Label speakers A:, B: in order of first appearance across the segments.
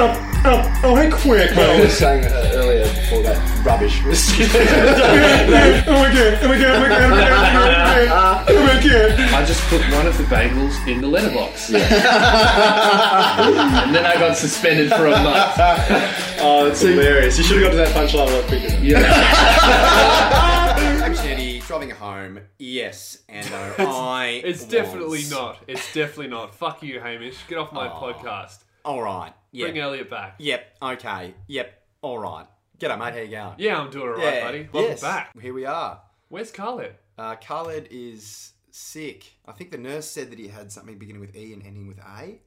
A: Oh, We're
B: I was
A: close.
B: saying uh, earlier before that rubbish was.
A: Yeah, oh my god, oh my god, oh my god, oh my god, oh my god, oh my god.
C: I just put one of the bagels in the letterbox. and then I got suspended for a month.
D: Oh, it's hilarious. You should have got to that punchline a lot quicker.
C: Yeah.
E: Actually, driving home, yes and no. I.
F: It's
E: was-
F: definitely not. It's definitely not. Fuck you, Hamish. Get off my podcast.
E: All right. Yep.
F: Bring Elliot back.
E: Yep. Okay. Yep. All right. Get up, mate. How you going?
F: Yeah, I'm doing alright,
E: Yeah,
F: buddy. Welcome
E: yes.
F: back.
E: Here we are.
F: Where's Khaled?
E: Uh, Khaled is sick. I think the nurse said that he had something beginning with E and ending with A.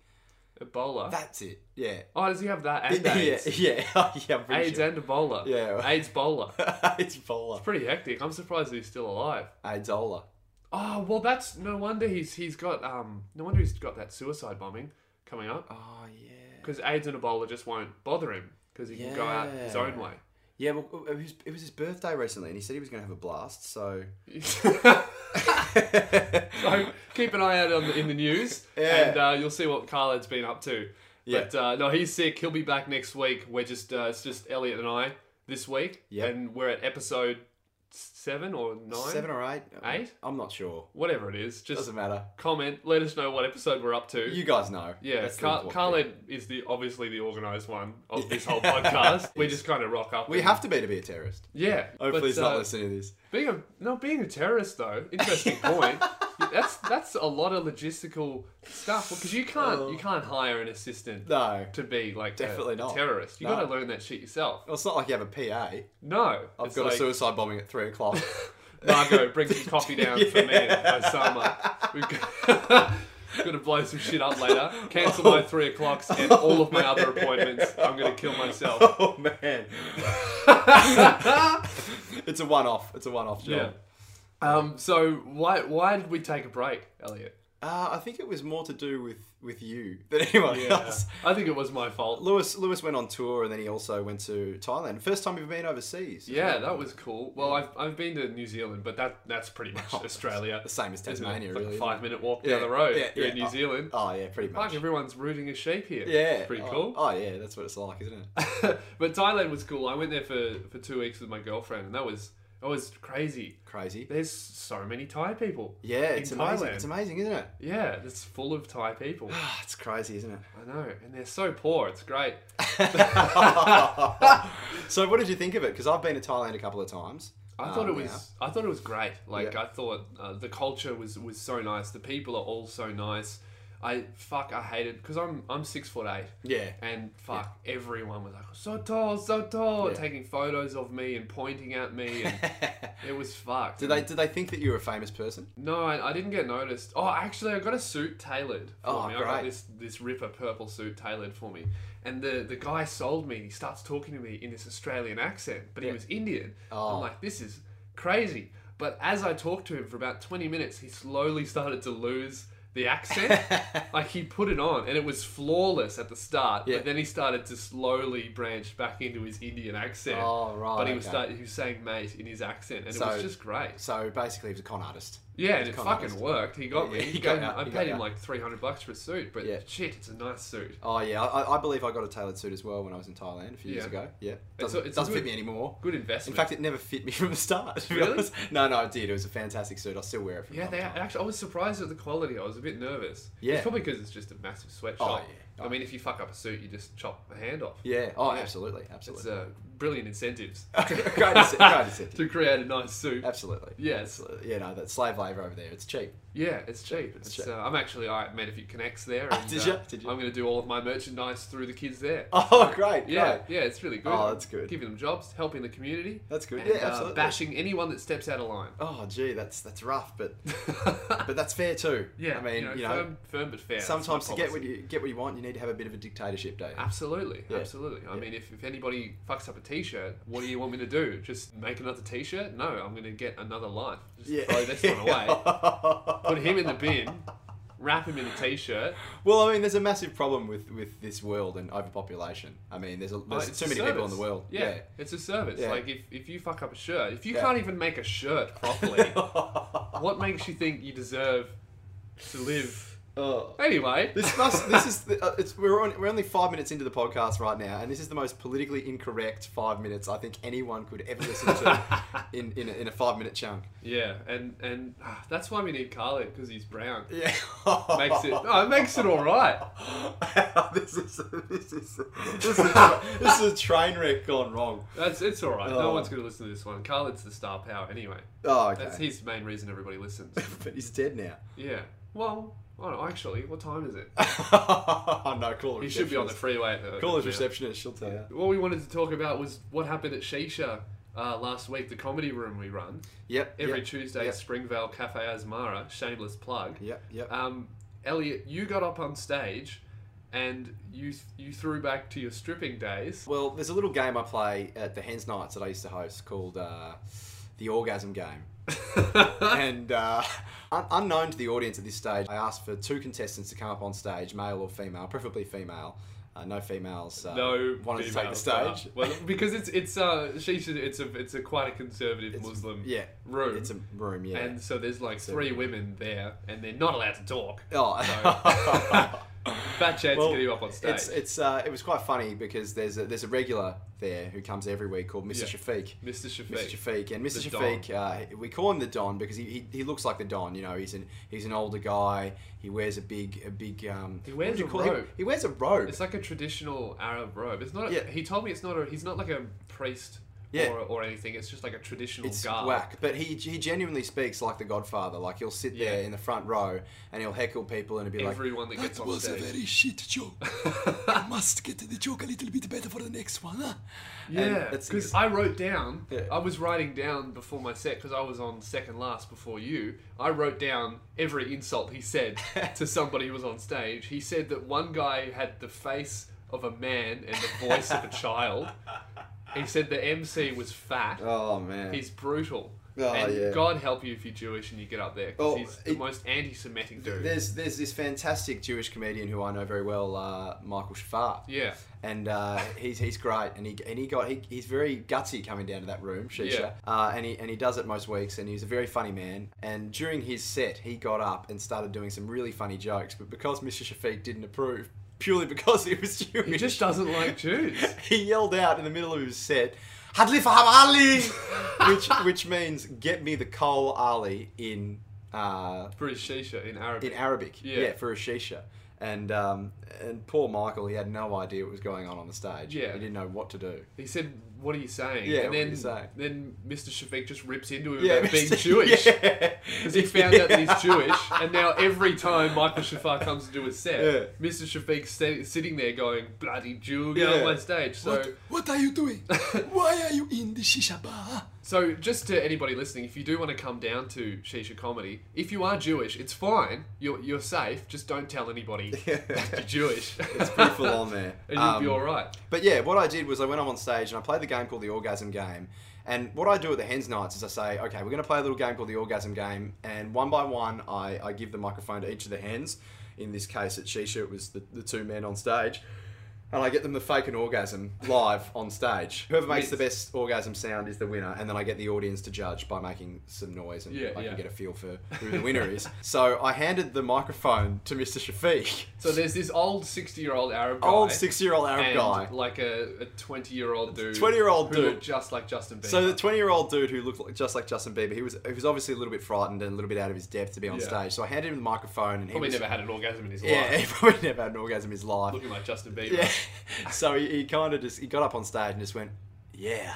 F: Ebola.
E: That's it. Yeah.
F: oh, does he have that and
E: yeah.
F: AIDS?
E: Yeah. yeah. I'm pretty
F: AIDS
E: sure.
F: and Ebola.
E: Yeah.
F: AIDS Bola.
E: it's Vola.
F: Pretty hectic. I'm surprised he's still alive.
E: AIDS Ola.
F: Oh well, that's no wonder he's he's got um no wonder he's got that suicide bombing coming up
E: Oh yeah.
F: because AIDS and Ebola just won't bother him because he can go out his own way.
E: Yeah. Well, it was, it was his birthday recently, and he said he was going to have a blast. So.
F: so keep an eye out on the, in the news,
E: Yeah.
F: and uh, you'll see what Khaled's been up to.
E: Yeah.
F: But uh, no, he's sick. He'll be back next week. We're just uh, it's just Elliot and I this week,
E: Yep.
F: and we're at episode seven or nine,
E: Seven or eight?
F: Eight?
E: I'm not sure.
F: whatever it is. Just
E: Doesn't matter.
F: comment. Let us know what episode we're up to.
E: You guys know.
F: Yeah,
E: That's the
F: Car-
E: important thing.
F: Khaled is the obviously the organised one of this whole podcast. We just kind of rock up.
E: We
F: and-
E: have to be to be a terrorist.
F: yeah.
E: Hopefully,
F: but,
E: he's not
F: uh,
E: listening to this.
F: Being a no, being a terrorist though, interesting point. That's that's a lot of logistical stuff because you can't you can't hire an assistant
E: Oh. No.
F: to be like
E: Definitely
F: a
E: not.
F: terrorist. You
E: No.
F: got to learn that shit yourself.
E: Well, it's not like you have a PA.
F: No,
E: I've
F: it's
E: got a
F: like,
E: suicide bombing at three o'clock.
F: Margot, bring some coffee down for me and Osama. We've got, going to blow some shit up later. Cancel my three o'clocks and all of my other appointments. I'm going to kill myself.
E: oh man. it's a one-off. It's a one-off job.
F: Yeah. Um, so why why did we take a break, Elliot?
E: Uh, I think it was more to do with with you than anyone else.
F: I think it was my fault.
E: Lewis Lewis went on tour and then he also went to Thailand. First time you've been overseas.
F: Yeah, that was cool. Well, I've, I've been to New Zealand, but that that's pretty much Australia.
E: The same as
F: Isn't it?
E: Oh, Tasmania,
F: It's like
E: really.
F: a
E: isn't it?
F: five minute walk
E: Yeah,
F: down the road.
E: yeah,
F: You're
E: yeah.
F: in New Zealand.
E: Oh yeah, pretty much.
F: Fuck, everyone's rooting a sheep here.
E: Yeah.
F: It's pretty
E: oh,
F: cool.
E: Oh yeah, that's what it's like, isn't it?
F: but Thailand was cool. I went there for, for two weeks with my girlfriend, and that was that was crazy.
E: Crazy.
F: There's so many Thai people.
E: Yeah,
F: in
E: it's amazing.
F: Thailand.
E: It's amazing, isn't it?
F: Yeah, it's full of Thai people.
E: Ah, it's crazy, isn't it?
F: I know, and they're so poor. It's great.
E: So, what did you think of it? Because I've been to Thailand a couple of times.
F: I
E: Um,
F: thought it
E: yeah.
F: was. I thought it was great. Like
E: Yeah.
F: I thought uh, the culture was was so nice. The people are all so nice. I fuck. I hated because I'm I'm six foot eight.
E: Yeah.
F: And fuck, everyone was like so tall, so tall,
E: Yeah.
F: taking photos of me and pointing at me, and it was fucked.
E: Did they did they think that you were a famous person?
F: No, I, I didn't get noticed. Oh, actually, I got a suit tailored for
E: Oh,
F: me. I got
E: great.
F: this this ripper purple suit tailored for me, and the the guy sold me. He starts talking to me in this Australian accent, but he was Indian.
E: Oh.
F: I'm like, this is crazy. But as I talked to him for about twenty minutes, he slowly started to lose the accent. like he put it on, and it was flawless at the start.
E: Yeah.
F: But then he started to slowly branch back into his Indian accent.
E: Oh, right,
F: But he was
E: okay.
F: start, he was saying mate in his accent, and it
E: So-
F: was just great.
E: So basically, he was a con artist.
F: Yeah, and it
E: con
F: fucking
E: artist.
F: worked. He got
E: Yeah,
F: me.
E: yeah,
F: He
E: he
F: gave
E: got
F: me
E: out,
F: I
E: he
F: paid
E: got
F: him
E: out.
F: like three hundred bucks for a suit, but
E: Yeah.
F: shit, it's a nice suit.
E: Oh yeah, I, I- I believe I got a tailored suit as well when I was in Thailand a few years
F: Yeah.
E: ago. Yeah, doesn't,
F: it's a
E: doesn't
F: good-
E: fit me anymore.
F: Good
E: In
F: investment.
E: fact, it never fit me from the start. to be
F: Really?
E: honest. No, no, it did. It was a fantastic suit. I still wear it. From
F: yeah,
E: time
F: they
E: to time.
F: actually. I was surprised at the quality. I was a bit nervous.
E: Yeah.
F: it's probably because it's just a massive sweatshop.
E: Oh, yeah.
F: I mean, if you fuck up a suit, you just chop a hand off.
E: Yeah. Oh, absolutely,
F: It's
E: absolutely.
F: uh, brilliant incentives
E: great incentive. Great incentive.
F: to create a nice suit.
E: Absolutely.
F: Yes.
E: You know that slave labor over there. It's cheap.
F: Yeah, it's cheap. It's,
E: cheap. Ah,
F: Uh, I'm actually I met a few connects there. And,
E: Did
F: uh,
E: ya? Did ya?
F: I'm going to do all of my merchandise through the kids there.
E: Oh, great.
F: Yeah,
E: Great.
F: yeah, it's really good.
E: Oh, that's good.
F: Giving them jobs, helping the community.
E: That's good.
F: and,
E: Yeah,
F: uh,
E: absolutely.
F: bashing anyone that steps out of line.
E: Oh, gee, that's that's rough, but but that's fair too.
F: Yeah,
E: I mean, you know,
F: firm, firm but fair. that's my
E: sometimes to get what
F: policy. Ah,
E: you get what you want, you need to have a bit of a dictatorship, don't you?
F: Absolutely,
E: Yeah.
F: absolutely. I mean, if, if anybody fucks up a T-shirt, what do you want me to do? Just make another T-shirt? No, I'm going to get another life. Just throw this one away. Put him in the bin. Wrap him in a T-shirt.
E: well, I mean, there's a massive problem with with this world and overpopulation. I mean, there's a, there's
F: Oh, it's
E: too
F: a
E: many people in
F: service.
E: the world.
F: Yeah, it's a service.
E: Yeah.
F: Like if, if you fuck up a shirt, if you
E: Yeah.
F: can't even make a shirt properly, what makes you think you deserve to live
D: Oh.
F: Anyway,
E: This must. This is. The, uh, it's. We're on. We're only five minutes into the podcast right now, and this is the most politically incorrect five minutes I think anyone could ever listen to in in a, in a five minute chunk.
F: yeah, and and ah, that's why we need Carly because he's brown.
E: Yeah.
F: Makes it. No, it Oh. makes it all right.
E: this is. This is. This is, a, this is a train wreck gone wrong.
F: That's it's all right.
E: Oh.
F: No one's going to listen to this one. Khaled's the star power anyway.
E: Oh, okay.
F: That's his main reason everybody listens.
E: But he's dead now.
F: Yeah. Well, I don't know, actually, what time is it?
E: oh no, call the
F: He should be on the
E: receptionist.
F: freeway. At the,
E: Call his
F: yeah.
E: receptionist. She'll tell you.
F: What we wanted to talk about was what happened at Shisha uh, last week, the comedy room we run
E: Yep.
F: every
E: yep,
F: Tuesday
E: yep.
F: at Springvale Cafe Asmara. Shameless plug.
E: Yep. Yep.
F: Um, Elliot, you got up on stage, and you you threw back to your stripping days.
E: Well, there's a little game I play at the Hens Nights that I used to host called uh, the Orgasm Game. and uh, un- unknown to the audience at this stage, I asked for two contestants to come up on stage, male or female, preferably female. Uh, no females uh,
F: no
E: wanted to take the
F: females are.
E: stage.
F: Well, because it's it's uh Shisha, it's a it's a quite a conservative Muslim
E: yeah,
F: room.
E: It's a room, yeah.
F: And so there's like three women there, and they're not allowed to talk.
E: Oh.
F: So, fat chance to get you up on stage.
E: It's, it's uh, it was quite funny because there's a, there's a regular there who comes every week called Mr.
F: Yeah.
E: Shafiq.
F: Mr. Shafiq.
E: Mr. Shafiq, and Mr.
F: The
E: Shafiq, uh, we call him the Don because he, he, he looks like the Don. You know, he's an he's an older guy. He wears a big a big. Um,
F: He wears
E: what do you
F: a
E: call it? He-
F: robe.
E: He, wears a robe.
F: It's like a traditional Arab robe. It's not. A,
E: Yeah.
F: He told me it's not a. He's not like a priest
E: Yeah.
F: or, or anything. It's just like a traditional
E: it's
F: garb.
E: whack, but he he genuinely speaks like the Godfather. Like he'll sit there
F: Yeah.
E: in the front row and he'll heckle people and he'll be like,
F: Everyone that gets on stage.
A: shit joke. I must get the joke a little bit better for the next one, huh?
F: Yeah,
E: it's-
F: because I wrote down.
E: Yeah.
F: I was writing down before my set because I was on second last before you. I wrote down every insult he said to somebody who was on stage. He said that one guy had the face of a man and the voice of a child. He said the MC was fat.
E: "Oh man,
F: He's brutal.
E: Oh,
F: and
E: yeah.
F: God help you if you're Jewish and you get up there. 'cause
E: Oh,
F: he's the
E: it-
F: most anti-Semitic dude.
E: There's there's this fantastic Jewish comedian who I know very well, uh, Michael Shafar.
F: Yeah.
E: and uh, he's he's great, and he and he got he, he's very gutsy coming down to that room, Shisha,
F: Yeah.
E: uh, and he and he does it most weeks, and he's a very funny man. And during his set, he got up and started doing some really funny jokes, but because Mr. Shafiq didn't approve, purely because he was Jewish,
F: he just doesn't like Jews.
E: he yelled out in the middle of his set, Hadli Faham Ali! which, which means, get me the coal Ali in, uh,
F: British shisha
E: in
F: in Arabic.
E: Arabic.
F: Yeah.
E: for a shisha. And, um, and poor Michael, he had no idea what was going on on the stage.
F: Yeah.
E: He didn't know what to do.
F: He said, "What are you saying?"
E: Yeah,
F: and
E: what are
F: then,
E: you saying?
F: then Mr. Shafiq just rips into him about being Jewish because
E: Yeah.
F: he found out that he's Jewish, and now every time Michael Shafar comes to do a set,
E: Yeah.
F: Mr. Shafiq's sta- sitting there going, "Bloody Jew,
E: Yeah.
F: get on my stage." So,
A: What, what are you doing? Why are you in the shisha bar? huh?
F: so just to anybody listening, if you do want to come down to Shisha Comedy, if you are Jewish, it's fine. You're you're safe. Just don't tell anybody you're Jewish,
E: It's pretty full on there.
F: and you'll be
E: Um,
F: all right.
E: But yeah, what I did was I went up on stage and I played the game called the Orgasm Game. And what I do at the Hens Nights is I say, okay, we're going to play a little game called the Orgasm Game. And one by one, I, I give the microphone to each of the hens. In this case, at Shisha, it was the, the two men on stage. And I get them to fake an orgasm live on stage. Whoever makes the best orgasm sound is the winner. And then I get the audience to judge by making some noise and
F: Yeah,
E: I
F: yeah.
E: can get a feel for who the winner is. So I handed the microphone to Mr. Shafiq,
F: So there's this old sixty-year-old Arab guy.
E: old six year old Arab
F: and
E: guy.
F: like a, a 20 year old dude
E: 20-year-old
F: who
E: dude.
F: looked just like Justin Bieber
E: So the twenty-year-old dude who looked like, just like Justin Bieber, he was he was obviously a little bit frightened and a little bit out of his depth to be on
F: Yeah.
E: stage. So I handed him the microphone, and he
F: probably
E: was,
F: never had an orgasm in his
E: yeah,
F: life
E: he probably never had an orgasm in his life.
F: looking like Justin Bieber
E: yeah. so he, he kind of just he got up on stage and just went, yeah,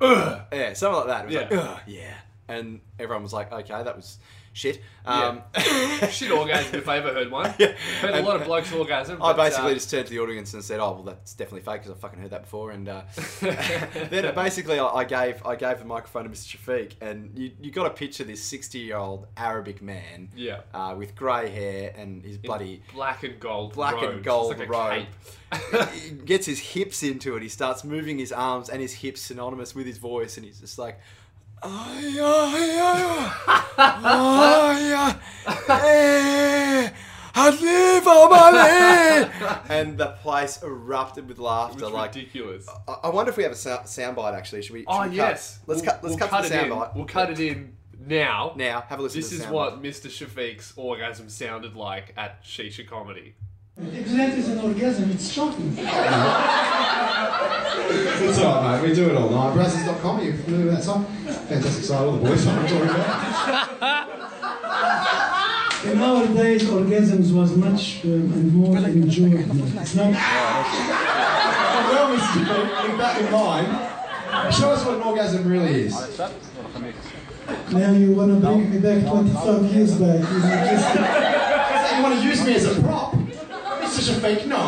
F: Ugh.
E: yeah, something like that. It was like,
F: Yeah.
E: "Ugh, yeah, and everyone was like, okay, that was shit. Um,
F: shit orgasm if I ever heard one
E: Yeah.
F: heard a lot of blokes orgasm
E: I
F: but,
E: basically
F: uh,
E: just turned to the audience and said, "Oh, well, that's definitely fake because I fucking heard that before." And uh, then basically, I, I gave I gave the microphone to Mr. Shafiq, and you you got to picture this sixty year old Arabic man,
F: Yeah.
E: uh, with grey hair and his bloody.
F: black and gold
E: Black
F: robe,
E: and gold
F: just
E: robe.
F: like a cape.
E: he gets his hips into it. He starts moving his arms and his hips synonymous with his voice, and he's just like, "Ay, ay, ay, ay, ay, eh, Hadlif Amali!" and the place erupted with
F: it
E: laughter.
F: was
E: like,
F: ridiculous
E: I I wonder if we have a sou- soundbite. Actually, should we?
F: oh
E: should we cut-
F: yes
E: Let's
F: We'll-
E: cut. Let's
F: we'll
E: cut, to the
F: it in
E: soundbite.
F: we'll cut it in Now,
E: Now, have a listen
F: this
E: to the
F: is
E: sound
F: what Mr. Shafiq's orgasm sounded like at Shisha Comedy.
G: If that is an orgasm, it's shocking.
A: It's all right, mate. We do it all night. Brazzers.com, you familiar with that song? Fantastic site. All the boys know what I'm talking about.
G: In our days, orgasms was much um, and more enjoyed. It's not.
A: Well, we still, in back in line, show us what an orgasm really is.
G: Now you want to bring me back 25 years back. You know, just-
A: So you want to use me as a prop? It's such a fake no.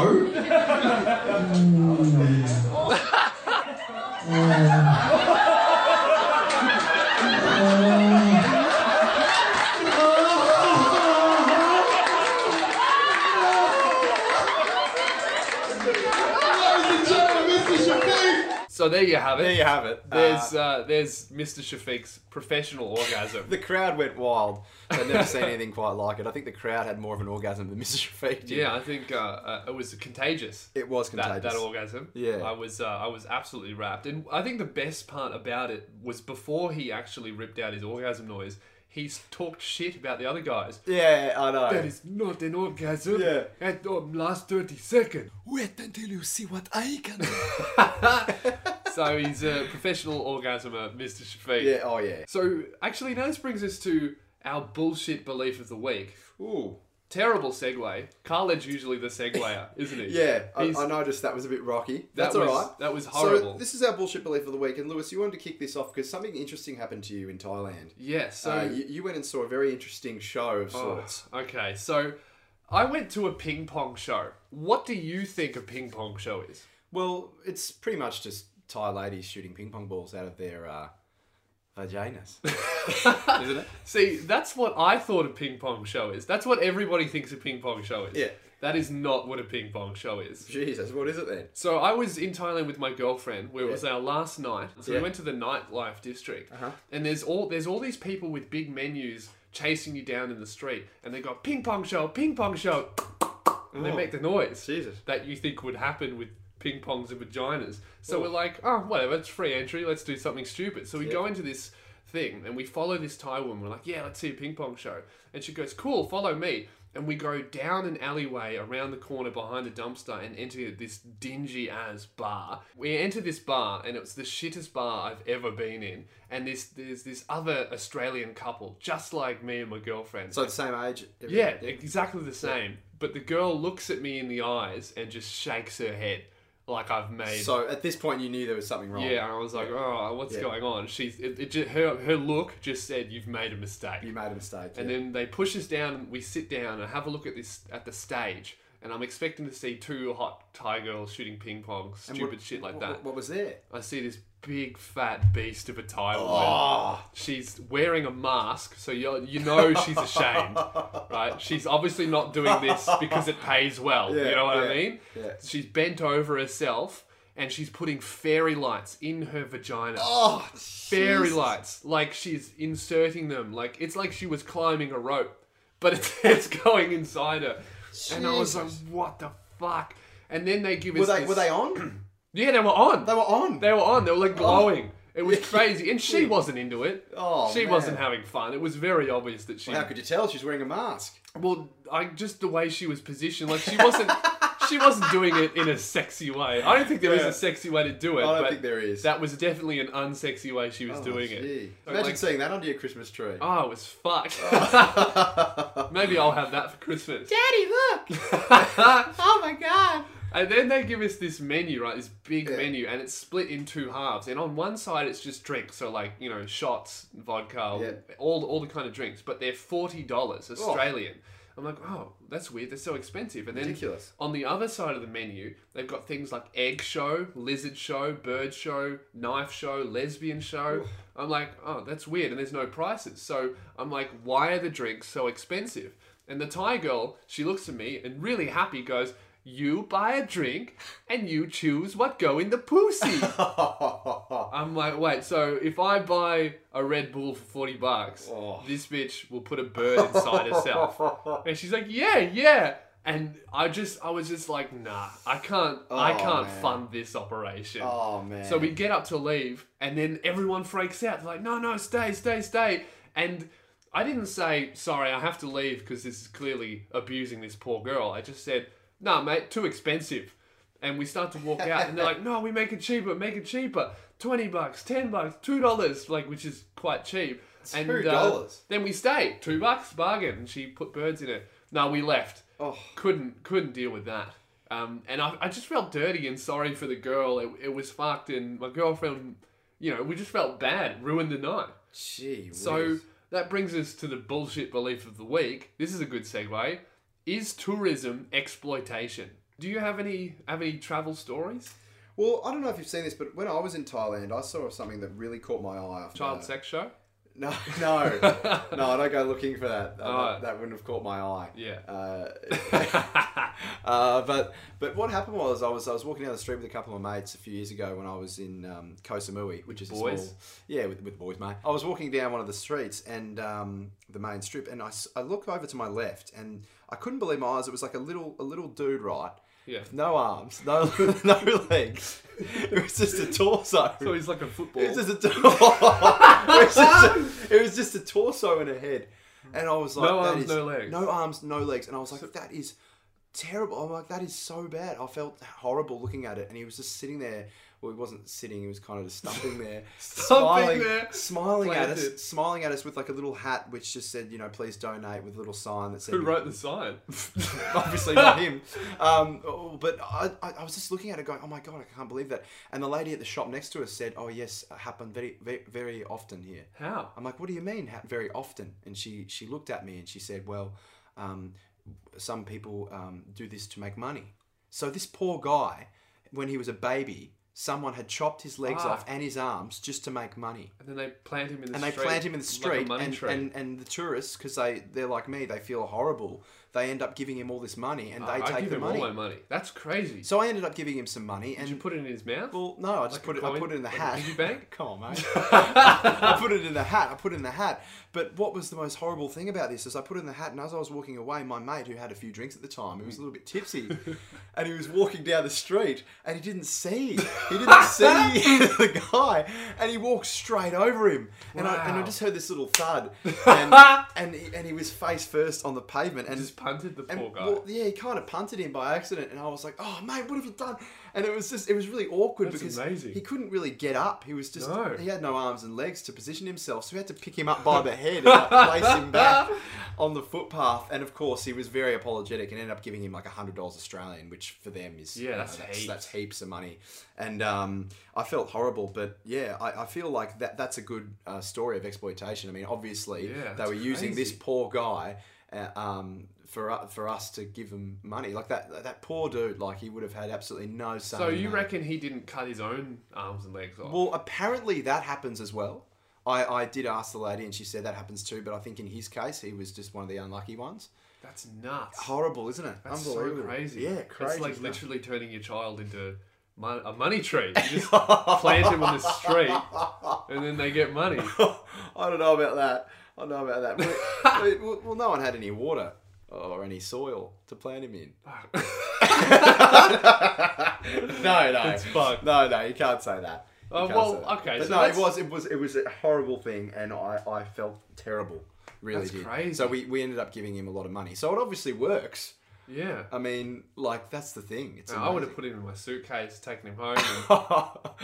A: Ladies and gentlemen, Mr. Shafiq.
F: So there you have it.
E: There you have it.
F: There's uh, there's Mr. Shafiq's professional orgasm.
E: The crowd went wild. I've never seen anything quite like it. I think the crowd had more of an orgasm than Mr. Shafiq did.
F: yeah, I think uh, uh, it was contagious.
E: It was contagious.
F: That, that orgasm.
E: Yeah.
F: I was uh, I was absolutely wrapped, and I think the best part about it was before he actually ripped out his orgasm noise, he's talked shit about the other guys.
E: yeah, I know.
F: That is not an orgasm.
E: Yeah.
F: At the last thirty seconds.
E: Wait until you see what I can do.
F: So he's a professional orgasmer, Mr. Shafiq.
E: yeah, oh yeah.
F: So actually, now this brings us to our bullshit belief of the week.
E: Ooh.
F: Terrible segue. Khaled's usually the seguer, isn't he?
E: Yeah, I,
F: He's-
E: I noticed that was a bit rocky.
F: that
E: That's
F: was,
E: all right.
F: That was
E: So
F: horrible.
E: this is our bullshit belief of the week, and Lewis, you wanted to kick this off because something interesting happened to you in Thailand.
F: yeah. oh. So
E: uh, you, you went and saw a very interesting show of sorts.
F: okay. So I went to a ping pong show. What do you think a ping pong show is?
E: Well, it's pretty much just Thai ladies shooting ping pong balls out of their uh, vaginas. Isn't it?
F: See, that's what I thought a ping pong show is. That's what everybody thinks a ping pong show is.
E: Yeah.
F: That is not what a ping pong show is.
E: Jesus, what is it then?
F: So I was in Thailand with my girlfriend. Where it was our last night. So
E: Yeah. Uh-huh.
F: we went to the nightlife district, and there's all there's all these people with big menus chasing you down in the street, and they go ping pong show, ping pong show, and they make the noise
E: Oh. Jesus.
F: that you think would happen with ping pongs and vaginas. So we're like, oh whatever, it's free entry. Let's do something stupid. So we go into this thing and we follow this Thai woman. We're like, yeah, let's see a ping pong show, and she goes, cool, follow me. And we go down an alleyway around the corner behind a dumpster and enter this dingy ass bar. We enter this bar and it's the shittest bar I've ever been in. And this there's this other Australian couple, just like me and my girlfriend.
E: So the same age?
F: yeah, exactly the same. But the girl looks at me in the eyes and just shakes her head like I've made
E: So at this point, you knew there was something wrong.
F: yeah, I was like, oh, what's
E: Yeah.
F: going on? She's it, it, ju- her her look just said you've made a mistake.
E: You made a mistake.
F: And
E: yeah.
F: then they push us down, and we sit down and have a look at this at the stage. And I'm expecting to see two hot Thai girls shooting ping pong,
E: And
F: stupid
E: what-
F: shit like
E: what-
F: that.
E: What, what was there?
F: I see this big fat beast of a Thai woman.
E: Ah.
F: She's wearing a mask, so you you know she's ashamed, right? She's obviously not doing this because it pays well.
E: Yeah,
F: you know what
E: yeah,
F: I mean?
E: yeah.
F: She's bent over herself and she's putting fairy lights in her vagina.
E: Oh,
F: fairy lights, like she's inserting them, like it's like she was climbing a rope, but it's, it's going inside her. And I was like, what the fuck? And then they give
E: Were
F: us
E: they,
F: this-
E: were they on?
F: Yeah, they were on.
E: they were on.
F: They were on. They were like glowing. It was crazy, and she wasn't into it.
E: Oh,
F: she
E: man.
F: wasn't having fun. It was very obvious that she.
E: How could you tell? She's wearing a mask.
F: well, I just the way she was positioned, like she wasn't. she wasn't doing it in a sexy way. I don't think there is
E: Yeah.
F: a sexy way to do it.
E: I don't
F: but
E: think there is.
F: That was definitely an unsexy way she was
E: Oh,
F: doing it.
E: gee.
F: So,
E: Imagine
F: like,
E: seeing that under your Christmas tree.
F: Oh, it was fucked. Maybe I'll have that for Christmas.
E: Daddy, look! oh my god!
F: And then they give us this menu, right? This big
E: Yeah.
F: menu, and it's split in two halves. And on one side, it's just drinks, so like you know, shots, vodka,
E: Yeah. Oh.
F: all all the kind of drinks. But they're forty dollars Australian. I'm like, oh, that's weird. They're so expensive. And then
E: Ridiculous.
F: on the other side of the menu, they've got things like egg show, lizard show, bird show, knife show, lesbian show. I'm like, oh, that's weird, and there's no prices. So I'm like, why are the drinks so expensive? And the Thai girl, she looks at me and really happy goes, you buy a drink and you choose what go in the pussy. I'm like, wait, so if I buy a Red Bull for 40 bucks, this bitch will put a bird inside herself. And she's like, yeah, yeah. And I just, I was just like, nah, I can't, I
E: Oh,
F: can't
E: man.
F: fund this operation.
E: Oh man.
F: So we get up to leave, and then everyone freaks out. They're like, no, no, stay, stay, stay. And I didn't say, sorry, I have to leave because this is clearly abusing this poor girl. I just said, nah, mate, too expensive. And we start to walk out, and they're like, no, we make it cheaper, make it cheaper. 20 bucks, 10 bucks, $2, like, which is quite cheap. And uh,
E: $2?
F: then we stay, 2 bucks, bargain. And she put birds in it. No, we left.
E: Oh.
F: Couldn't couldn't deal with that. Um, and I, I just felt dirty and sorry for the girl. It, it was fucked, and my girlfriend, you know, we just felt bad, ruined the night.
E: Gee. whiz.
F: So that brings us to the bullshit belief of the week. This is a good segue. Is tourism exploitation? Do you have any have any travel stories?
E: well, I don't know if you've seen this, but when I was in Thailand, I saw something that really caught my eye. After
F: Child
E: that.
F: sex show?
E: No, no, no. I don't go looking for that. Uh,
F: Alright.
E: that. That wouldn't have caught my eye.
F: Yeah.
E: Uh, uh, but but what happened was I was I was walking down the street with a couple of my mates a few years ago when I was in um, Koh Samui, which is a
F: boys?
E: small yeah with, with boys mate. I was walking down one of the streets and um, the main strip, and I, s- I look over to my left and I couldn't believe my eyes. It was like a little a little dude right.
F: Yeah.
E: with No arms, no no legs. It was just a torso.
F: So he's like a football.
E: It was just a, it was just a, it was just a torso and a head. And I was like,
F: No
E: that
F: arms,
E: is-
F: no legs.
E: No arms, no legs. And I was like, that is terrible. I'm like, that is so bad. I felt horrible looking at it. And he was just sitting there. Well, he wasn't sitting. He was kind of just stumping there,
F: Stumping
E: smiling,
F: there,
E: smiling at
F: planted.
E: us, smiling at us with like a little hat which just said, you know, please donate with a little sign that said,
F: Who wrote the sign?
E: obviously not him. Um, oh, but I, I, I was just looking at it going, oh my god, I can't believe that. And the lady at the shop next to us said, oh yes, it happened very, very, very often here.
F: How?
E: I'm like, what do you mean ha- very often? And she, she looked at me and she said, well, um, some people um, do this to make money. So this poor guy, when he was a baby, someone had chopped his legs
F: Ah.
E: off and his arms just to make money
F: And then they plant him in the
E: and they
F: street.
E: plant him in the
F: like a
E: street,
F: money
E: and,
F: tree.
E: and and the tourists because they they're like me, they feel horrible. They end up giving him all this money, and they
F: Uh, I
E: take
F: give
E: the
F: him
E: money.
F: all my money. That's crazy.
E: So I ended up giving him some money,
F: Did
E: and
F: you put it in his mouth?
E: well, no, I just
F: like a
E: put it. I
F: coin?
E: put it in the
F: Like a
E: hat.
F: piggy bank?
E: Come on, mate. I put it in the hat. I put it in the hat. But what was the most horrible thing about this is I put it in the hat, and as I was walking away, my mate who had a few drinks at the time, he was a little bit tipsy, and he was walking down the street, and he didn't see. He didn't see the guy, and he walked straight over him, and I and I
F: Wow.
E: just heard this little thud, and and he, and he was face first on the pavement, and
F: just punted the
E: and,
F: poor guy.
E: well, yeah, he kind of punted him by accident, and I was like, "Oh, mate, what have you done?" And it was just, it was really awkward
F: That's
E: because
F: amazing.
E: he couldn't really get up. He was just,
F: No.
E: he had no arms and legs to position himself, so we had to pick him up by the head and like, place him back on the footpath. And of course, he was very apologetic and ended up giving him like hundred dollars Australian, which for them is
F: Yeah, that's
E: that's,
F: heaps.
E: that's heaps of money. And um, I felt horrible, but yeah, I, I feel like that that's a good uh, story of exploitation. I mean, obviously,
F: Yeah,
E: they
F: that's
E: were using this
F: crazy.
E: poor guy uh, um, for u- for us to give him money. Like that that poor dude, like he would have had absolutely no. say
F: so
E: in
F: you
E: that.
F: reckon he didn't cut his own arms and legs off?
E: Well, apparently that happens as well. I, I did ask the lady, and she said that happens too. But I think in his case, he was just one of the unlucky ones.
F: That's nuts.
E: Horrible, isn't it?
F: That's so
E: Oh, Unbelievable.
F: crazy.
E: Yeah, crazy.
F: It's like
E: stuff.
F: literally turning your child into mon- a money tree. You just plant him on the street, and then they get money.
E: I don't know about that. I don't know about that. Well, it- well, well, no one had any water or any soil to plant him in. no, no,
F: It's fucked.
E: no, no. You can't say that. You
F: Oh,
E: can't
F: well,
E: say that.
F: okay,
E: But
F: so
E: no, it
F: that's-
E: was, it was, it was a horrible thing, and I, I felt terrible. Really
F: That's
E: did.
F: crazy.
E: So we, we ended up giving him a lot of money. So it obviously works.
F: Yeah.
E: I mean, like that's the thing. It's
F: I would
E: amazing.
F: have
E: Oh
F: put him in my suitcase, taken him home. And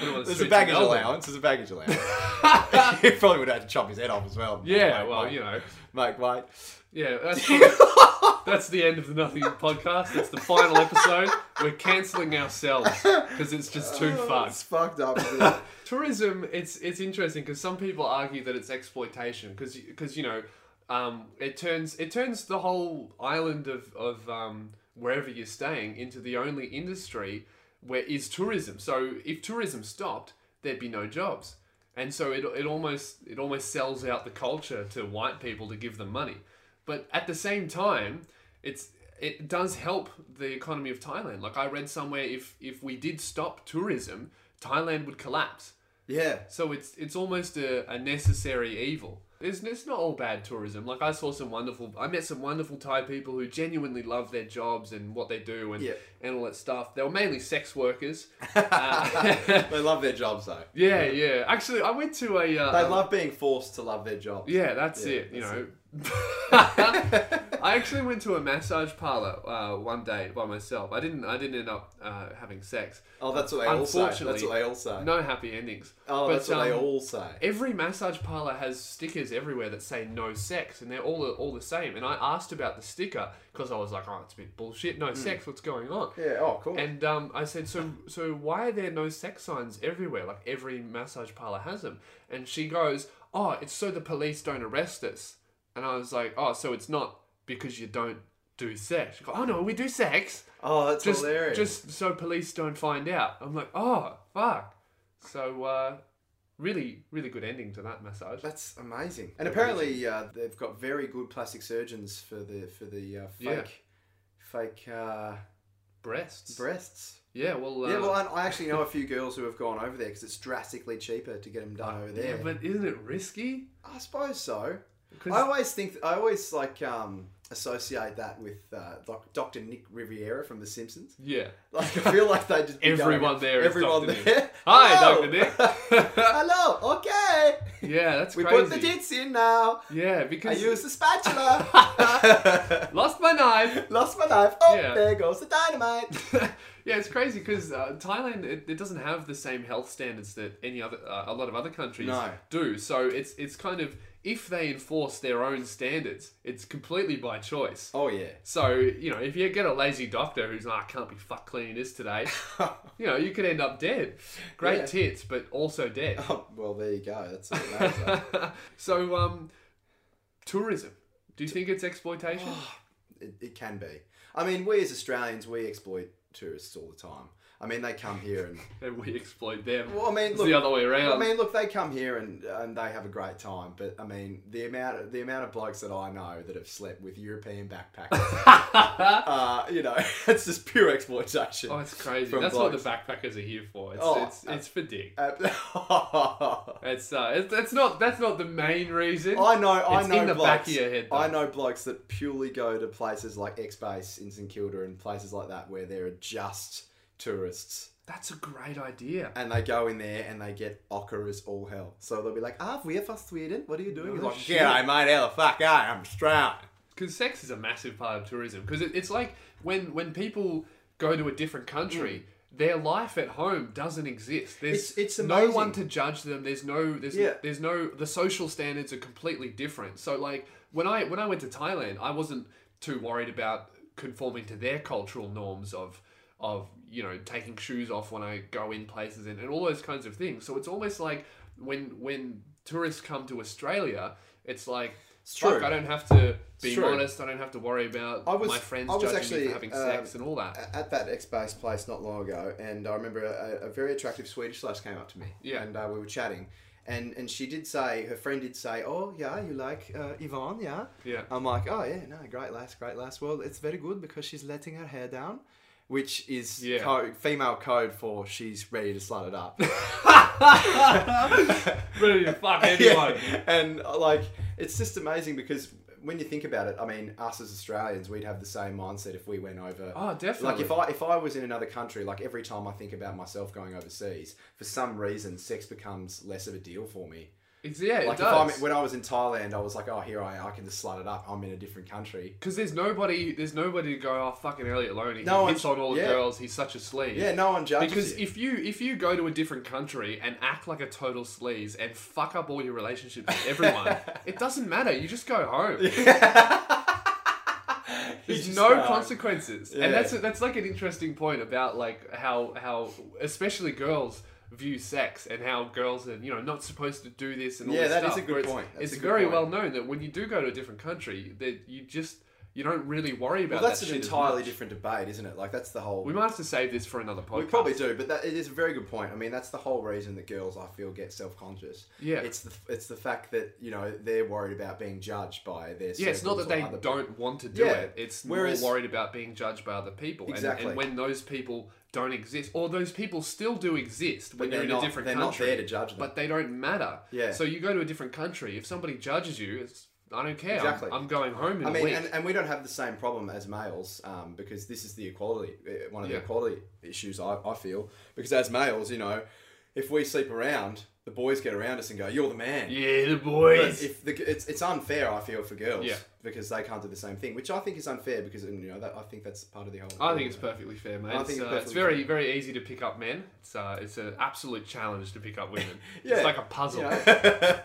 F: him on the
E: There's a
F: streets of
E: baggage
F: Melbourne.
E: allowance. There's a baggage allowance. he probably would have had to chop his head off as well.
F: yeah,
E: Mate,
F: well,
E: mate,
F: you know.
E: mate, mate.
F: Yeah, that's, probably- that's the end of the Nothing podcast. It's the final episode. We're cancelling ourselves because it's just too fucked.
E: It's fucked up. isn't it?
F: tourism it's it's interesting because some people argue that it's exploitation because because you know um, it turns it turns the whole island of of um, wherever you're staying into the only industry where is tourism so if tourism stopped there'd be no jobs and so it, it almost it almost sells out the culture to white people to give them money but at the same time it's it does help the economy of Thailand like I read somewhere if if we did stop tourism Thailand would collapse
E: yeah.
F: so it's it's almost a, a necessary evil. it's, it's not all bad tourism. Like I saw some wonderful, I met some wonderful Thai people who genuinely love their jobs and what they do and
E: Yeah.
F: and all that stuff. They were mainly sex workers. Uh,
E: they love their jobs though.
F: yeah, yeah. Actually, I went to a. Uh,
E: They love being forced to love their jobs.
F: Yeah, that's
E: Yeah,
F: it. You
E: that's
F: know. I actually went to a massage parlor uh, one day by myself. I didn't. I didn't end up uh, having sex.
E: Oh, that's what they all say. That's what
F: Unfortunately,
E: they all say.
F: No happy endings.
E: Oh, that's what they
F: um,
E: all say.
F: Every massage parlor has stickers everywhere that say no sex, and they're all all the same. And I asked about the sticker because I was like, "Oh, it's a bit bullshit. No sex. What's going on?"
E: Hmm. Yeah. Oh, cool.
F: And um, I said, "So, so why are there no sex signs everywhere? Like every massage parlor has them." And she goes, "Oh, it's so the police don't arrest us." And I was like, "Oh, so it's not because you don't do sex?" She goes, "Oh no, we do sex.
E: oh, that's
F: Just,
E: hilarious.
F: just so police don't find out." I'm like, "Oh, fuck." So, uh, really, really good ending to that massage.
E: that's amazing. And apparently, uh, they've got very good plastic surgeons for the for the uh, fake
F: Yeah.
E: fake uh,
F: Breasts.
E: breasts.
F: yeah. Well. Uh,
E: yeah. Well, I, I actually know a few girls who have gone over there because it's drastically cheaper to get them done over
F: Uh, yeah,
E: there.
F: but isn't it risky?
E: I suppose so.
F: 'Cause-
E: I always think I always like um, associate that with uh, doc, Dr. Nick Riviera from The Simpsons.
F: Yeah.
E: Like I feel like they just be going-
F: Everyone there is
E: everyone
F: Dr. Nick.
E: there.
F: Hi,
E: Hello.
F: Dr. Nick.
E: Hello. Okay.
F: Yeah, that's
E: We
F: crazy.
E: put the dits in now.
F: Yeah,
E: I
F: because
E: used the spatula.
F: lost my knife.
E: Lost my knife. Oh,
F: Yeah.
E: there goes the dynamite.
F: yeah, it's crazy because uh, Thailand it, it doesn't have the same health standards that any other uh, a lot of other countries
E: No.
F: do. So it's it's kind of if they enforce their own standards, it's completely by choice.
E: Oh yeah.
F: So you know, if you get a lazy doctor who's like, I can't be fuck cleaning this today, you know, you could end up dead. Great
E: Yeah.
F: tits, but also dead.
E: Oh, well, there you go. That's all it matters.
F: so um, tourism. Do you think it's exploitation?
E: Oh. it, it can be. I mean, we as Australians, we exploit tourists all the time. I mean, they come here and
F: and we exploit them.
E: Well, I mean,
F: it's
E: look-
F: the other way around.
E: I mean, look, they come here and and they have a great time, but I mean, the amount of, the amount of blokes that I know that have slept with European backpackers, uh, you know, it's just pure exploitation.
F: oh, it's crazy.
E: from
F: That's
E: blokes.
F: what the backpackers are here for. It's
E: Oh,
F: it's, it's for dick.
E: Uh,
F: It's uh, it's, that's not that's not the main reason.
E: I know, I
F: It's
E: know
F: in the
E: blokes.
F: back of your head, though.
E: I know blokes that purely go to places like X Base in St Kilda and places like that where there are just tourists.
F: that's a great idea.
E: And they go in there and they get ochre as all hell. So they'll be like, "Ah, we're from Sweden. What are you doing?" He's like,
F: shit.
E: "Yeah, mate, how the fuck I? I'm Australian."
F: Because sex is a massive part of tourism. Because it, it's like when when people go to a different country. Their life at home doesn't exist. There's
E: Mm. It's- it's
F: no
E: amazing.
F: one to judge them. There's no there's
E: Yeah.
F: there's no the social standards are completely different. So like when I when I went to Thailand, I wasn't too worried about conforming to their cultural norms of of you know taking shoes off when I go in places and, and all those kinds of things. So it's almost like when when tourists come to Australia, it's like
E: true.
F: fuck, I don't have to be
E: true.
F: modest. I don't have to worry about
E: I was-
F: my friends
E: I was
F: judging me
E: actually,
F: for having
E: um,
F: sex and all that.
E: at that X Base place not long ago, and I remember a, a very attractive Swedish lass came up to me.
F: Yeah.
E: And uh, we were chatting, and and she did say her friend did say, "Oh yeah, you like uh, Yvonne, yeah."
F: Yeah.
E: I'm like, "Oh yeah, no, great lass, great lass." Well, it's very good because she's letting her hair down. Which is
F: Yeah.
E: code, female code for she's ready to slut it up.
F: Ready to fuck
E: Yeah. And uh, like, it's just amazing because when you think about it, I mean, us as Australians, we'd have the same mindset if we went over.
F: Oh, definitely.
E: Like if I if I was in another country, like every time I think about myself going overseas, for some reason, sex becomes less of a deal for me.
F: It's, yeah, it
E: Like if I'm,
F: does.
E: when I was in Thailand, I was like, oh, here I am, I can just slut it up. I'm in a different country.
F: Because there's nobody, there's nobody to go. Oh, fucking Elliot Loney.
E: No
F: No
E: one-
F: he hits on all the
E: yeah.
F: girls. He's such a sleaze.
E: Yeah, no one judges.
F: Because
E: you.
F: if you if you go to a different country and act like a total sleaze and fuck up all your relationships with everyone, it doesn't matter. You just go home. There's
E: just
F: no
E: go home.
F: consequences,
E: Yeah.
F: and that's that's like an interesting point about like how how especially girls view sex and how girls are you know not supposed to do this and all
E: Yeah,
F: this
E: that is
F: stuff,
E: a good
F: where it's-
E: point. That's
F: it's
E: a good
F: very
E: point.
F: well known that when you do go to a different country, that you just you don't really worry about
E: Well, that's
F: that
E: an
F: shit as
E: entirely
F: much.
E: different debate, isn't it? Like that's the whole.
F: We might have to save this for another podcast.
E: We probably do, but that it is a very good point. I mean, that's the whole reason that girls, I feel, get self conscious.
F: Yeah.
E: it's the it's the fact that you know they're worried about being judged by their.
F: Yeah, it's not
E: circles
F: that
E: or
F: they
E: other-
F: don't want to do
E: Yeah,
F: it. It's
E: whereas-
F: more worried about being judged by other people. And-
E: Exactly.
F: And, when those people don't exist, or those people still do exist when
E: But they're
F: you're in
E: not-
F: a different
E: they're not
F: country,
E: there to judge them.
F: but they don't matter.
E: Yeah.
F: So you go to a different country. If somebody judges you, it's I don't care. I'm-
E: Exactly.
F: I'm, going home in
E: I
F: a
E: mean,
F: week.
E: and, and we don't have the same problem as males um, because this is the equality, uh, one of
F: Yeah.
E: the equality issues I, I feel. Because as males, you know, if we sleep around, the boys get around us and go, you're the man.
F: yeah, the
E: But
F: boys.
E: if the, it's, it's unfair, I feel, for girls
F: Yeah.
E: because they can't do the same thing, which I think is unfair because, and, you know, that, I think that's part of the whole.
F: I think it's perfectly fair, mate.
E: I
F: it's,
E: think it's
F: uh, it's
E: perfectly
F: very,
E: fair.
F: very easy to pick up men. It's uh, it's an absolute challenge to pick up women.
E: Yeah.
F: It's like a puzzle.
E: You know?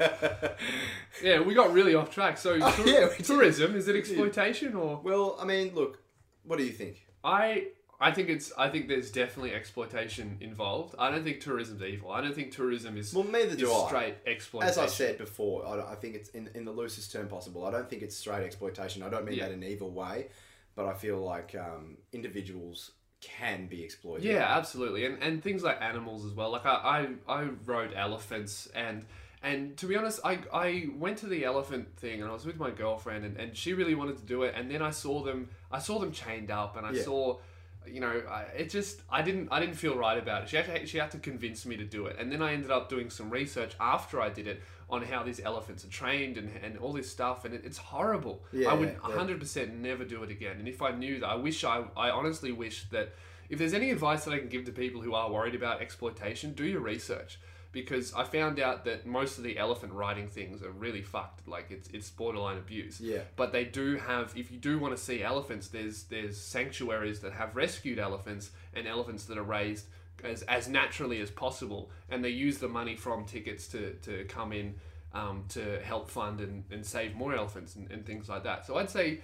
F: Yeah, we got really off track. So
E: Oh,
F: tour-
E: yeah, we did.
F: tourism is it exploitation or
E: well, I mean, look, what do you think?
F: I I think it's I think there's definitely exploitation involved. I don't think tourism's evil. I don't think tourism is
E: Well, neither
F: is
E: do I.
F: straight exploitation.
E: As I said before, I, don't- I think it's in, in the loosest term possible. I don't think it's straight exploitation. I don't mean
F: Yeah.
E: that in an evil way, but I feel like um, individuals can be exploited.
F: Yeah, absolutely, and and things like animals as well. Like I I, I rode elephants and. And to be honest, I, I went to the elephant thing and I was with my girlfriend and, and she really wanted to do it and then I saw them I saw them chained up and I
E: Yeah.
F: saw you know I, it just I didn't I didn't feel right about it. She had, to, she had to convince me to do it and then I ended up doing some research after I did it on how these elephants are trained and, and all this stuff and it, it's horrible.
E: Yeah,
F: I would
E: yeah.
F: 100% never do it again. And if I knew that, I wish I, I honestly wish that if there's any advice that I can give to people who are worried about exploitation, do your research. Because I found out that most of the elephant riding things are really fucked. Like it's it's borderline abuse.
E: Yeah.
F: But they do have, if you do want to see elephants, there's there's sanctuaries that have rescued elephants and elephants that are raised as, as naturally as possible, and they use the money from tickets to, to come in um, to help fund and, and save more elephants and, and things like that. So I'd say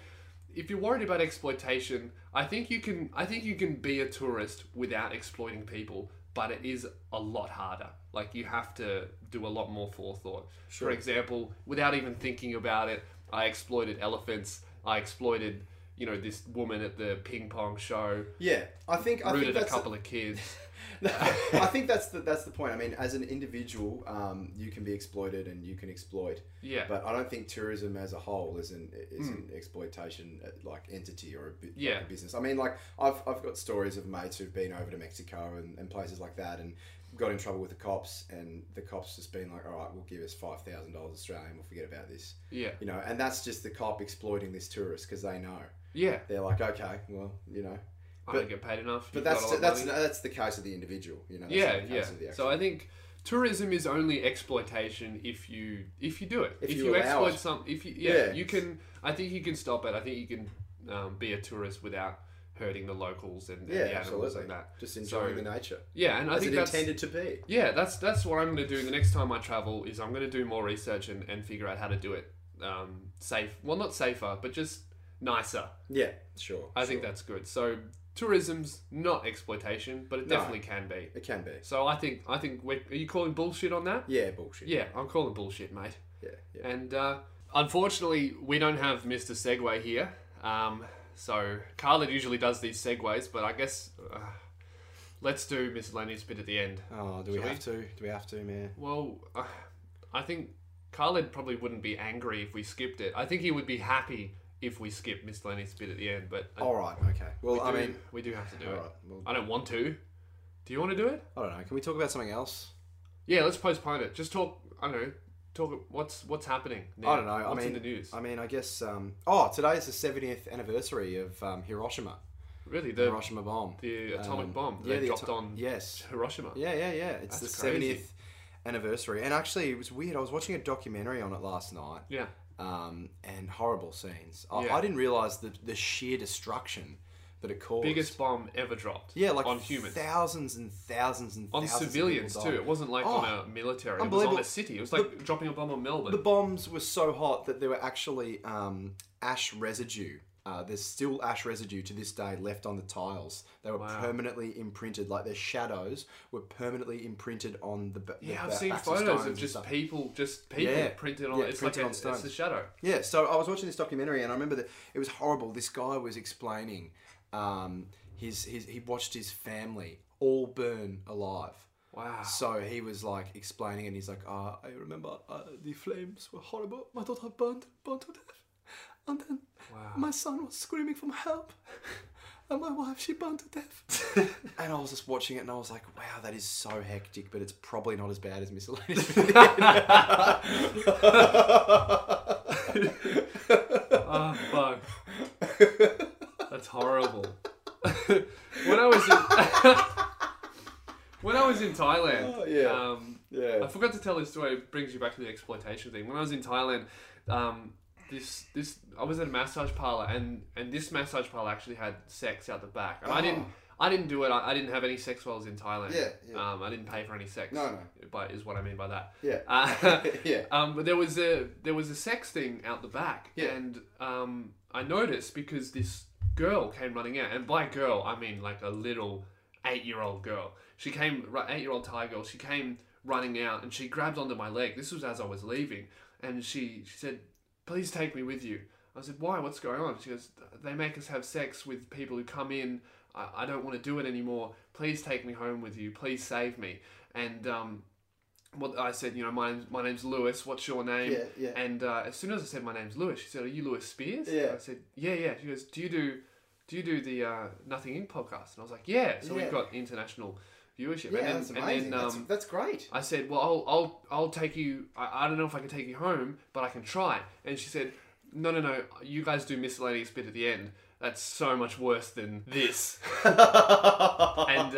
F: if you're worried about exploitation, I think you can I think you can be a tourist without exploiting people, but it is a lot harder. Like you have to do a lot more forethought. For example, without even thinking about it, I exploited elephants. I exploited, you know, this woman at the ping pong show,
E: Yeah, I think I think
F: rooted a
E: that's
F: couple of kids.
E: I think that's the that's the point. I mean, as an individual, um, you can be exploited and you can exploit.
F: Yeah. Hmm.
E: But I don't think tourism as a whole is an is an exploitation uh, like entity or a, bu- like
F: Yeah.
E: a business. I mean, like I've, I've got stories of mates who've been over to Mexico and, and places like that and got in trouble with the cops and the cops just been like, all right, we'll give us five thousand dollars Australian, we'll forget about this.
F: Yeah.
E: You know, and that's just the cop exploiting this tourist because they know
F: Yeah.
E: they're like, okay, well, you know,
F: I don't get paid enough.
E: but
F: you've got a
E: that's
F: lot of
E: that's
F: money.
E: that's the case of the individual. You know, that's
F: yeah,
E: not the
F: yeah.
E: case of the
F: So
E: actual-
F: I think tourism is only exploitation if you if you do it.
E: If you allow
F: exploit
E: it.
F: some, if you yeah,
E: Yeah.
F: you can. I think you can stop it. I think you can um, be a tourist without hurting the locals and, and
E: Yeah,
F: the animals
E: absolutely.
F: and that.
E: Just
F: So,
E: enjoying the nature.
F: Yeah, and I
E: As
F: think
E: it
F: that's
E: intended to be.
F: yeah, that's that's what I'm going to do the next time I travel. Is I'm going to do more research and, and figure out how to do it um, safe. Well, not safer, but just nicer.
E: Yeah, sure.
F: I think that's good. So tourism's not exploitation, but it
E: No.
F: definitely can be.
E: It can be.
F: So I think I think we're, are you calling bullshit on that?
E: Yeah, bullshit.
F: Yeah, I'm calling bullshit, mate.
E: Yeah, yeah.
F: And uh, unfortunately, we don't have Mr. Segway here. Um, so Carla usually does these segues, but I guess uh, let's do miscellaneous bit at the end.
E: Oh, do we have to? Do we have to, man?
F: Well, uh, I think Khaled probably wouldn't be angry if we skipped it. I think he would be happy if we skipped miscellaneous bit at the end. But uh,
E: All right, okay. Well, I
F: we do-
E: mean,
F: we do have to do
E: all
F: it.
E: right. Well,
F: I don't want to. Do you want to do it?
E: I don't know. Can we talk about something else?
F: Yeah, let's postpone it. Just talk. I don't know. Talk. What's what's happening? Now?
E: I don't know.
F: What's
E: I mean,
F: in the news?
E: I mean, I guess. Um, oh, today is the seventieth anniversary of um, Hiroshima.
F: really, the
E: Hiroshima bomb.
F: the atomic
E: Um,
F: bomb that they
E: the
F: dropped
E: ato-
F: on
E: Yes.
F: Hiroshima.
E: Yeah, yeah, yeah. It's
F: That's
E: the
F: crazy.
E: seventieth anniversary, and actually, it was weird. I was watching a documentary on it last night.
F: Yeah.
E: um, and horrible scenes. I,
F: Yeah.
E: I didn't realize the, the sheer destruction that it caused.
F: Biggest bomb ever dropped.
E: yeah, like
F: on humans.
E: thousands and thousands and
F: on
E: thousands of
F: civilians
E: people
F: too.
E: died.
F: It wasn't like
E: Oh,
F: on a military. It was on
E: unbelievable.
F: a city. It was like dropping a bomb on Melbourne.
E: The bombs were so hot that there were actually um, ash residue Uh, there's still ash residue to this day left on the tiles. They were permanently imprinted, like their shadows were permanently imprinted on the. ba- the
F: Yeah, I've
E: ba-
F: seen
E: backs of
F: photos
E: stones and
F: of just
E: stuff.
F: people, just people
E: Yeah.
F: printed on.
E: Yeah,
F: it's
E: printed
F: like
E: on
F: a, it's
E: stone.
F: the shadow.
E: Yeah, so I was watching this documentary and I remember that it was horrible. This guy was explaining um, his, his he watched his family all burn alive.
F: Wow.
E: So he was like explaining and he's like, uh, I remember uh, the flames were horrible. My daughter burned, burned to death. And then my son was screaming for help. And my wife, she burned to death. and I was just watching it and I was like, wow, that is so hectic, but it's probably not as bad as miscellaneous.
F: Oh, fuck. That's horrible. when I was in, when I was in Thailand,
B: yeah.
F: um,
B: Yeah.
F: I forgot to tell this story. It brings you back to the exploitation thing. When I was in Thailand, um, this this I was at a massage parlor, and and this massage parlor actually had sex out the back, and I didn't. I didn't do it. I, I didn't have any sex while I was in Thailand.
B: Oh. Yeah, yeah.
F: Um, I didn't pay for any sex.
B: No, no.
F: But is what I mean by that.
B: Yeah.
F: Uh,
B: Yeah.
F: Um, but there was a there was a sex thing out the back,
B: Yeah.
F: and um, I noticed because this girl came running out, and by girl I mean like a little eight year old girl. She came eight year old Thai girl. She came running out, and she grabbed onto my leg. This was as I was leaving, and she she said, "Please take me with you." I said, "Why? What's going on?" She goes, "They make us have sex with people who come in. I, I don't want to do it anymore. Please take me home with you. Please save me." And um, what I said, you know, my name's, my name's Lewis. What's your name?
B: Yeah, yeah.
F: And uh, as soon as I said my name's Lewis, she said, "Are you Lewis Spears?"
B: Yeah.
F: I said, "Yeah, yeah." She goes, "Do you do, do you do the uh, Nothing In podcast?" And I was like, "Yeah." So
B: Yeah.
F: we've got international viewership.
B: Yeah,
F: and then,
B: that's
F: and then,
B: amazing. that's,
F: um,
B: that's great.
F: I said, "Well, I'll, I'll, I'll take you. I, I don't know if I can take you home, but I can try." And she said, "No, no, no. You guys do miscellaneous bit at the end. That's so much worse than this." and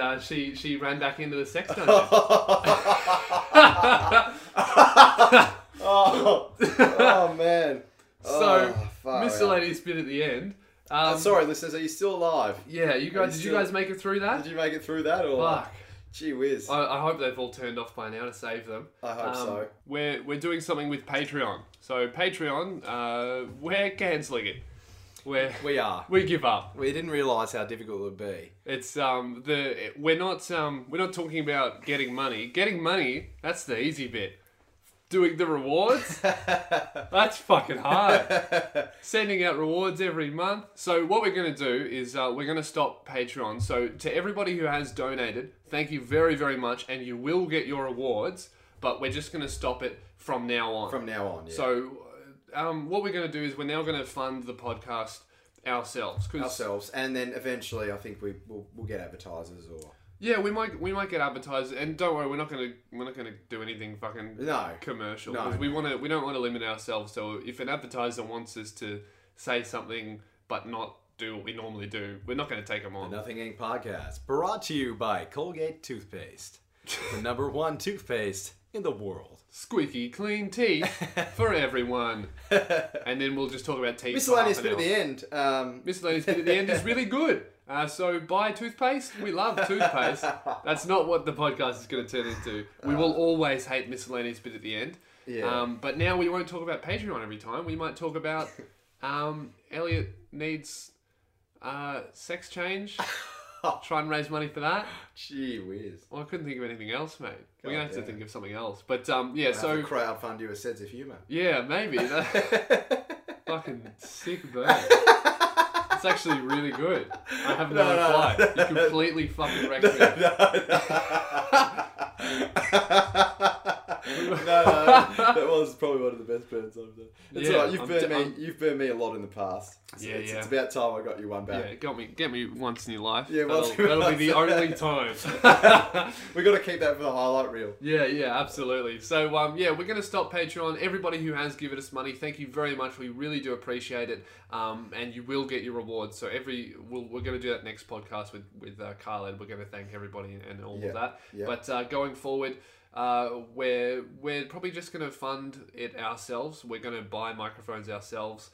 F: uh, she she ran back into the sex dungeon.
B: Oh, oh man.
F: so
B: Oh, far
F: miscellaneous bit at the end. Um,
B: Sorry, listeners, are you still alive?
F: yeah, you guys. Did you
B: still-
F: guys make it through that?
B: Did you make it through that or?
F: Fuck.
B: Gee whiz.
F: I, I hope they've all turned off by now to save them. Um,
B: I hope so.
F: We're, we're doing something with Patreon. So Patreon, uh, we're cancelling it. We're,
E: we are.
F: we give up.
E: We didn't realise how difficult it would be.
F: It's um the we're not um we're not talking about getting money. Getting money that's the easy bit. Doing the rewards that's fucking hard. Sending out rewards every month. So what we're gonna do is uh, we're gonna stop Patreon. So to everybody who has donated, thank you very very much, and you will get your rewards. But we're just gonna stop it from now on.
E: From now on, yeah.
F: So um, what we're gonna do is we're now gonna fund the podcast ourselves. 'cause-
E: ourselves, and then eventually, I think we we'll, we'll get advertisers or
F: Yeah, we might we might get advertised, and don't worry, we're not gonna we're not gonna do anything fucking
E: No.
F: commercial.
E: No,
F: 'cause we want to we don't want to limit ourselves. So if an advertiser wants us to say something but not do what we normally do, we're not gonna take them on.
E: Nothing Inc. podcast. Brought to you by Colgate toothpaste, the number one toothpaste in the world.
F: Squeaky clean teeth for everyone, and then we'll just talk about teeth.
B: Miscellaneous
F: for half
B: bit
F: an
B: at the
F: hour.
B: end. Um,
F: Miscellaneous bit at the end is really good. Uh, so buy toothpaste. We love toothpaste. That's not what the podcast is going to turn into. We will always hate miscellaneous bit at the end.
B: Yeah.
F: Um, but now we won't talk about Patreon every time. We might talk about um, Elliot needs uh, sex change. Try and raise money for that.
B: gee whiz.
F: Well, I couldn't think of anything else, mate. We're gonna have to think of something else. But um, yeah,
E: So
F: so
E: crowdfund you a sense of humour.
F: yeah, maybe. That, fucking sick burn. It's actually really good. I have no, reply. You completely fucking wrecked me.
B: no, no, that was probably one of the best burns I've done. It's
F: Yeah,
B: alright, you've
F: I'm
B: burned
F: d-
B: me.
F: I'm-
B: You've burned me a lot in the past. It's,
F: Yeah,
B: it's,
F: yeah.
B: it's about time I got you one
F: Yeah,
B: back.
F: it got me, get me once in your life.
B: Yeah,
F: that'll,
B: once in your
F: that'll be the
B: life.
F: only time.
B: We got to keep that for the highlight reel.
F: yeah, yeah, absolutely. So, um, yeah, we're gonna stop Patreon. Everybody who has given us money, thank you very much. We really do appreciate it. Um, and you will get your rewards. So every, we'll, we're gonna do that next podcast with with uh, Carl, and we're gonna thank everybody and all
B: Yeah,
F: of that.
B: yeah.
F: But uh, going forward. Uh, we're we're probably just going to fund it ourselves. We're going to buy microphones ourselves,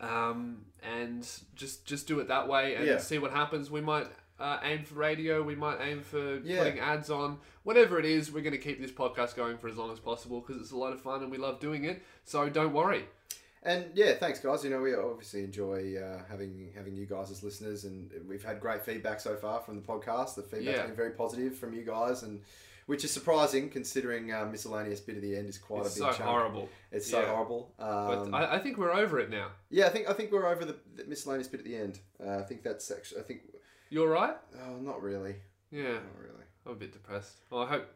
F: um, and just just do it that way and
B: Yeah.
F: see what happens. We might uh, aim for radio. We might aim for
B: Yeah.
F: putting ads on. Whatever it is, we're going to keep this podcast going for as long as possible because it's a lot of fun and we love doing it. So don't worry.
E: And yeah, thanks guys. You know we obviously enjoy uh, having having you guys as listeners, and we've had great feedback so far from the podcast. The feedback's
F: Yeah.
E: been very positive from you guys, and which is surprising considering uh, miscellaneous bit of the end is quite
F: It's
E: a big
F: so
E: chunk.
F: horrible.
E: It's so
F: Yeah.
E: horrible.
F: But
E: Um,
F: I, I think we're over it now.
E: yeah, I think I think we're over the, the miscellaneous bit at the end. Uh, I think that's actually. I think.
F: You all right?
E: Oh, not really.
F: Yeah,
E: Not really.
F: I'm a bit depressed. Well, I hope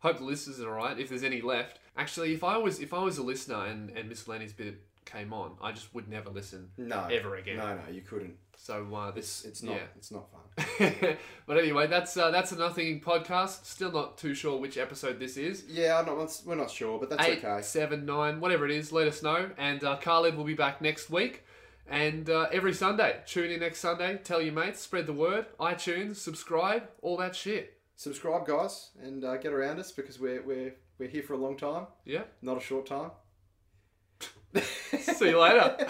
F: hope the listeners are all right. If there's any left, actually, if I was if I was a listener and and miscellaneous bit came on, I just would never listen
E: No.
F: ever again.
E: No, no, you couldn't.
F: So uh, this
E: It's not.
F: yeah.
E: It's not fun.
F: but anyway, that's uh, that's another thing podcast. Still not too sure which episode this is.
E: yeah, I'm not. We're not sure, but that's
F: Eight,
E: okay.
F: seven, nine, whatever it is, let us know. And uh, Khalid will be back next week. And uh, every Sunday, tune in next Sunday. Tell your mates, spread the word. iTunes, subscribe, all that shit.
E: Subscribe, guys, and uh, get around us because we're we're we're here for a long time,
F: Yeah.
E: not a short time.
F: See you later.